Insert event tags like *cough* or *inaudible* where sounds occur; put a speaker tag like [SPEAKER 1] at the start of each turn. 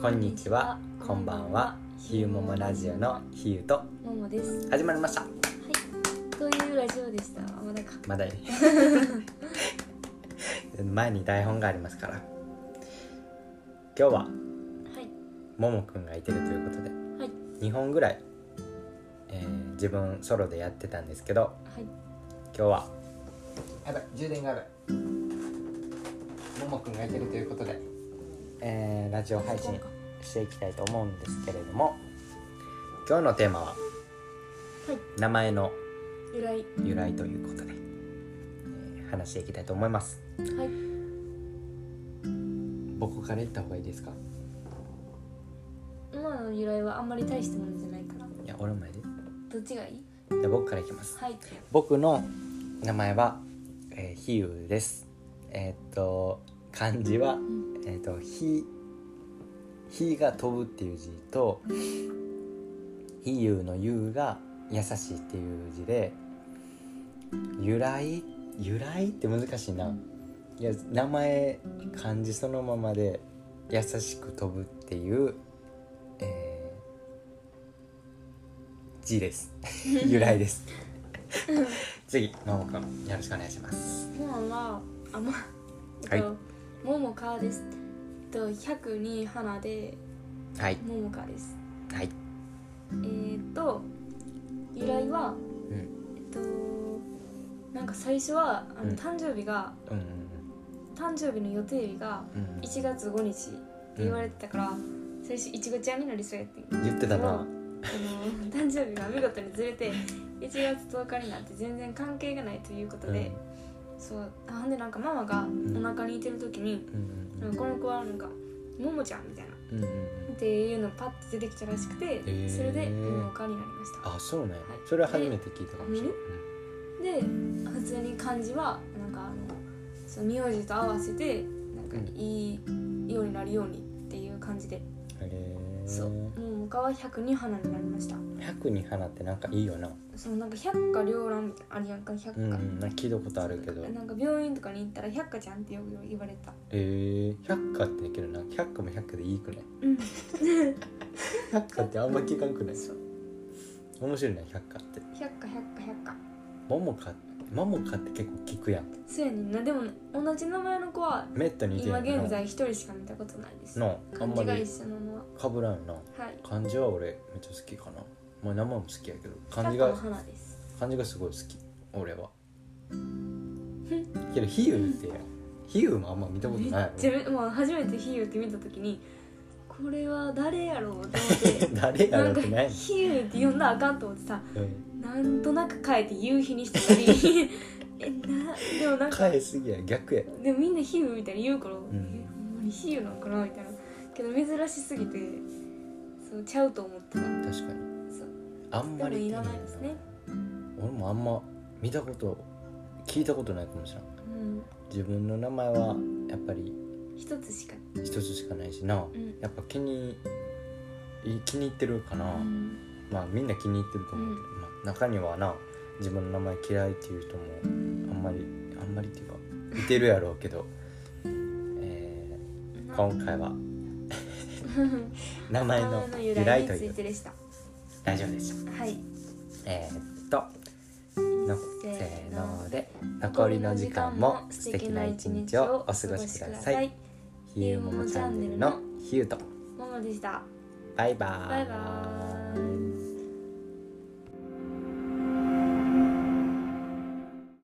[SPEAKER 1] こんにちは、こんばんは。ひゆももラジオのひゆと
[SPEAKER 2] ももです。
[SPEAKER 1] 始まりました。
[SPEAKER 2] というラジオでした。あまだか。
[SPEAKER 1] まだいい *laughs* 前に台本がありますから。今日は
[SPEAKER 2] はい。
[SPEAKER 1] ももくんがいてるということで、
[SPEAKER 2] はい。
[SPEAKER 1] 2本ぐらい、えー自分ソロでやってたんですけど、
[SPEAKER 2] はい。
[SPEAKER 1] 今日は
[SPEAKER 3] やばい充電がやばいももくんがいてるということで
[SPEAKER 1] えーラジオ配信していきたいと思うんですけれども、今日のテーマは名前の
[SPEAKER 2] 由来。は
[SPEAKER 1] 由来ということで、えー話していきたいと思います。
[SPEAKER 2] い。
[SPEAKER 1] 僕から言った方がいいですか
[SPEAKER 2] 今の由来はあんまり大したものじゃないから。
[SPEAKER 1] いや俺もやで
[SPEAKER 2] どっちがいい？
[SPEAKER 1] じゃあ僕からいきます
[SPEAKER 2] はい。
[SPEAKER 1] 僕の名前は、えー、ひゆですえーっと漢字は
[SPEAKER 2] ん
[SPEAKER 1] えーっとひひが飛ぶっていう字とひゆのゆが優しいっていう字で由来由来って難しいないや名前漢字そのままで優しく飛ぶっていう、えー字です *laughs* 由来です *laughs* 次ももくんよろしくお願いします
[SPEAKER 2] ももはあま。
[SPEAKER 1] はい
[SPEAKER 2] えっと。ももかです。えっと百に花で
[SPEAKER 1] はい
[SPEAKER 2] ももかです。
[SPEAKER 1] はい
[SPEAKER 2] えーっと由来は
[SPEAKER 1] うん
[SPEAKER 2] えっとなんか最初はあの、
[SPEAKER 1] うん
[SPEAKER 2] 誕生日が
[SPEAKER 1] うん
[SPEAKER 2] 誕生日の予定日が
[SPEAKER 1] うんうん
[SPEAKER 2] 1月5日って言われてたから、最初いちごちゃんになりそうやってん
[SPEAKER 1] 言ってたな
[SPEAKER 2] あの誕生日が見事にずれて1月10日になって全然関係がないということで、そうあほんでなんかママがお腹にいてる時に、
[SPEAKER 1] うんうん
[SPEAKER 2] この子はなんか「ももちゃん」みたいな
[SPEAKER 1] うんうんうん
[SPEAKER 2] っていうのパッて出てきたらしくて、
[SPEAKER 1] ー
[SPEAKER 2] それで「ももか」になりました
[SPEAKER 1] あそうね、
[SPEAKER 2] い
[SPEAKER 1] それは初めて聞いたかもしれない、
[SPEAKER 2] で普通に漢字はなんかあのその名字と合わせてなんかいいようになるようにっていう感じで、
[SPEAKER 1] うん、へえ
[SPEAKER 2] そうももかは百に花になりました
[SPEAKER 1] 百に花ってなんかいいよな
[SPEAKER 2] そのなんか百花繚乱みたいなあるやんか百
[SPEAKER 1] うん、う
[SPEAKER 2] 花、
[SPEAKER 1] ん、なんか聞いたことあるけど
[SPEAKER 2] そうなんか病院とかに行ったら百花ちゃんってよく言われた
[SPEAKER 1] えー、100貨ってできるな100貨も100貨でいいくね
[SPEAKER 2] うん
[SPEAKER 1] *laughs* 100貨ってあんま聞かんくない
[SPEAKER 2] そう
[SPEAKER 1] 面白いね100貨って
[SPEAKER 2] 百花百花百花
[SPEAKER 1] ももかももかって結構聞くやん
[SPEAKER 2] そうやねんなでも同じ名前の子は
[SPEAKER 1] めったに似て
[SPEAKER 2] 今
[SPEAKER 1] へんよな
[SPEAKER 2] 現在一人しか見たことないです
[SPEAKER 1] のあ
[SPEAKER 2] 漢
[SPEAKER 1] んま
[SPEAKER 2] 字が
[SPEAKER 1] り
[SPEAKER 2] 一緒なのは
[SPEAKER 1] かぶらんよな
[SPEAKER 2] はい
[SPEAKER 1] 漢字は俺めっちゃ好きかなまあ名前も好きやけど漢字
[SPEAKER 2] 百花の
[SPEAKER 1] が
[SPEAKER 2] 花です
[SPEAKER 1] 漢字がすごい好き俺はけど比喩って比喩もあんま見たことない
[SPEAKER 2] 自
[SPEAKER 1] や
[SPEAKER 2] 分もう初めて比喩って見た時にこれは誰やろうと思って
[SPEAKER 1] ろ誰や
[SPEAKER 2] な
[SPEAKER 1] ろ
[SPEAKER 2] ん
[SPEAKER 1] っ
[SPEAKER 2] か
[SPEAKER 1] て *laughs*
[SPEAKER 2] 比
[SPEAKER 1] ない
[SPEAKER 2] 喩って呼んだらあかんと思ってさ
[SPEAKER 1] うん
[SPEAKER 2] なんとなく変えて夕日にしたり *laughs* えなでもなんか
[SPEAKER 1] 変えすぎや逆や
[SPEAKER 2] でもみんな比喩みたいに言うから、
[SPEAKER 1] ん
[SPEAKER 2] えほんまに比喩なんかなみたいなけど珍しすぎてそうちゃうと思ったら
[SPEAKER 1] 確かに
[SPEAKER 2] そう
[SPEAKER 1] あんまり
[SPEAKER 2] でもいらないですね
[SPEAKER 1] 俺もあんま見たこと聞いたことないかもしれん
[SPEAKER 2] うん
[SPEAKER 1] 自分の名前はやっぱり
[SPEAKER 2] 一つしか
[SPEAKER 1] 一つしかないしな
[SPEAKER 2] うん
[SPEAKER 1] やっぱ気にい気に入ってるかな、
[SPEAKER 2] うん
[SPEAKER 1] まあみんな気に入ってると思うけど、まあ、中にはな自分の名前嫌いっていう人もあんまりあんまりっていうかいてるやろうけど、 *laughs* えー今回は名前の
[SPEAKER 2] 名前の由
[SPEAKER 1] 由
[SPEAKER 2] 来
[SPEAKER 1] 来
[SPEAKER 2] に
[SPEAKER 1] と
[SPEAKER 2] つ
[SPEAKER 1] い
[SPEAKER 2] いうてでした
[SPEAKER 1] ラジオでした
[SPEAKER 2] はい
[SPEAKER 1] えー、っとの
[SPEAKER 2] せ
[SPEAKER 1] せ
[SPEAKER 2] ー
[SPEAKER 1] ー
[SPEAKER 2] の
[SPEAKER 1] ので残りの時間も素敵な一日をお過ごしください。ひゆももチャンネルのひゆと
[SPEAKER 2] ママでした
[SPEAKER 1] バイバーイ
[SPEAKER 2] バイバーイ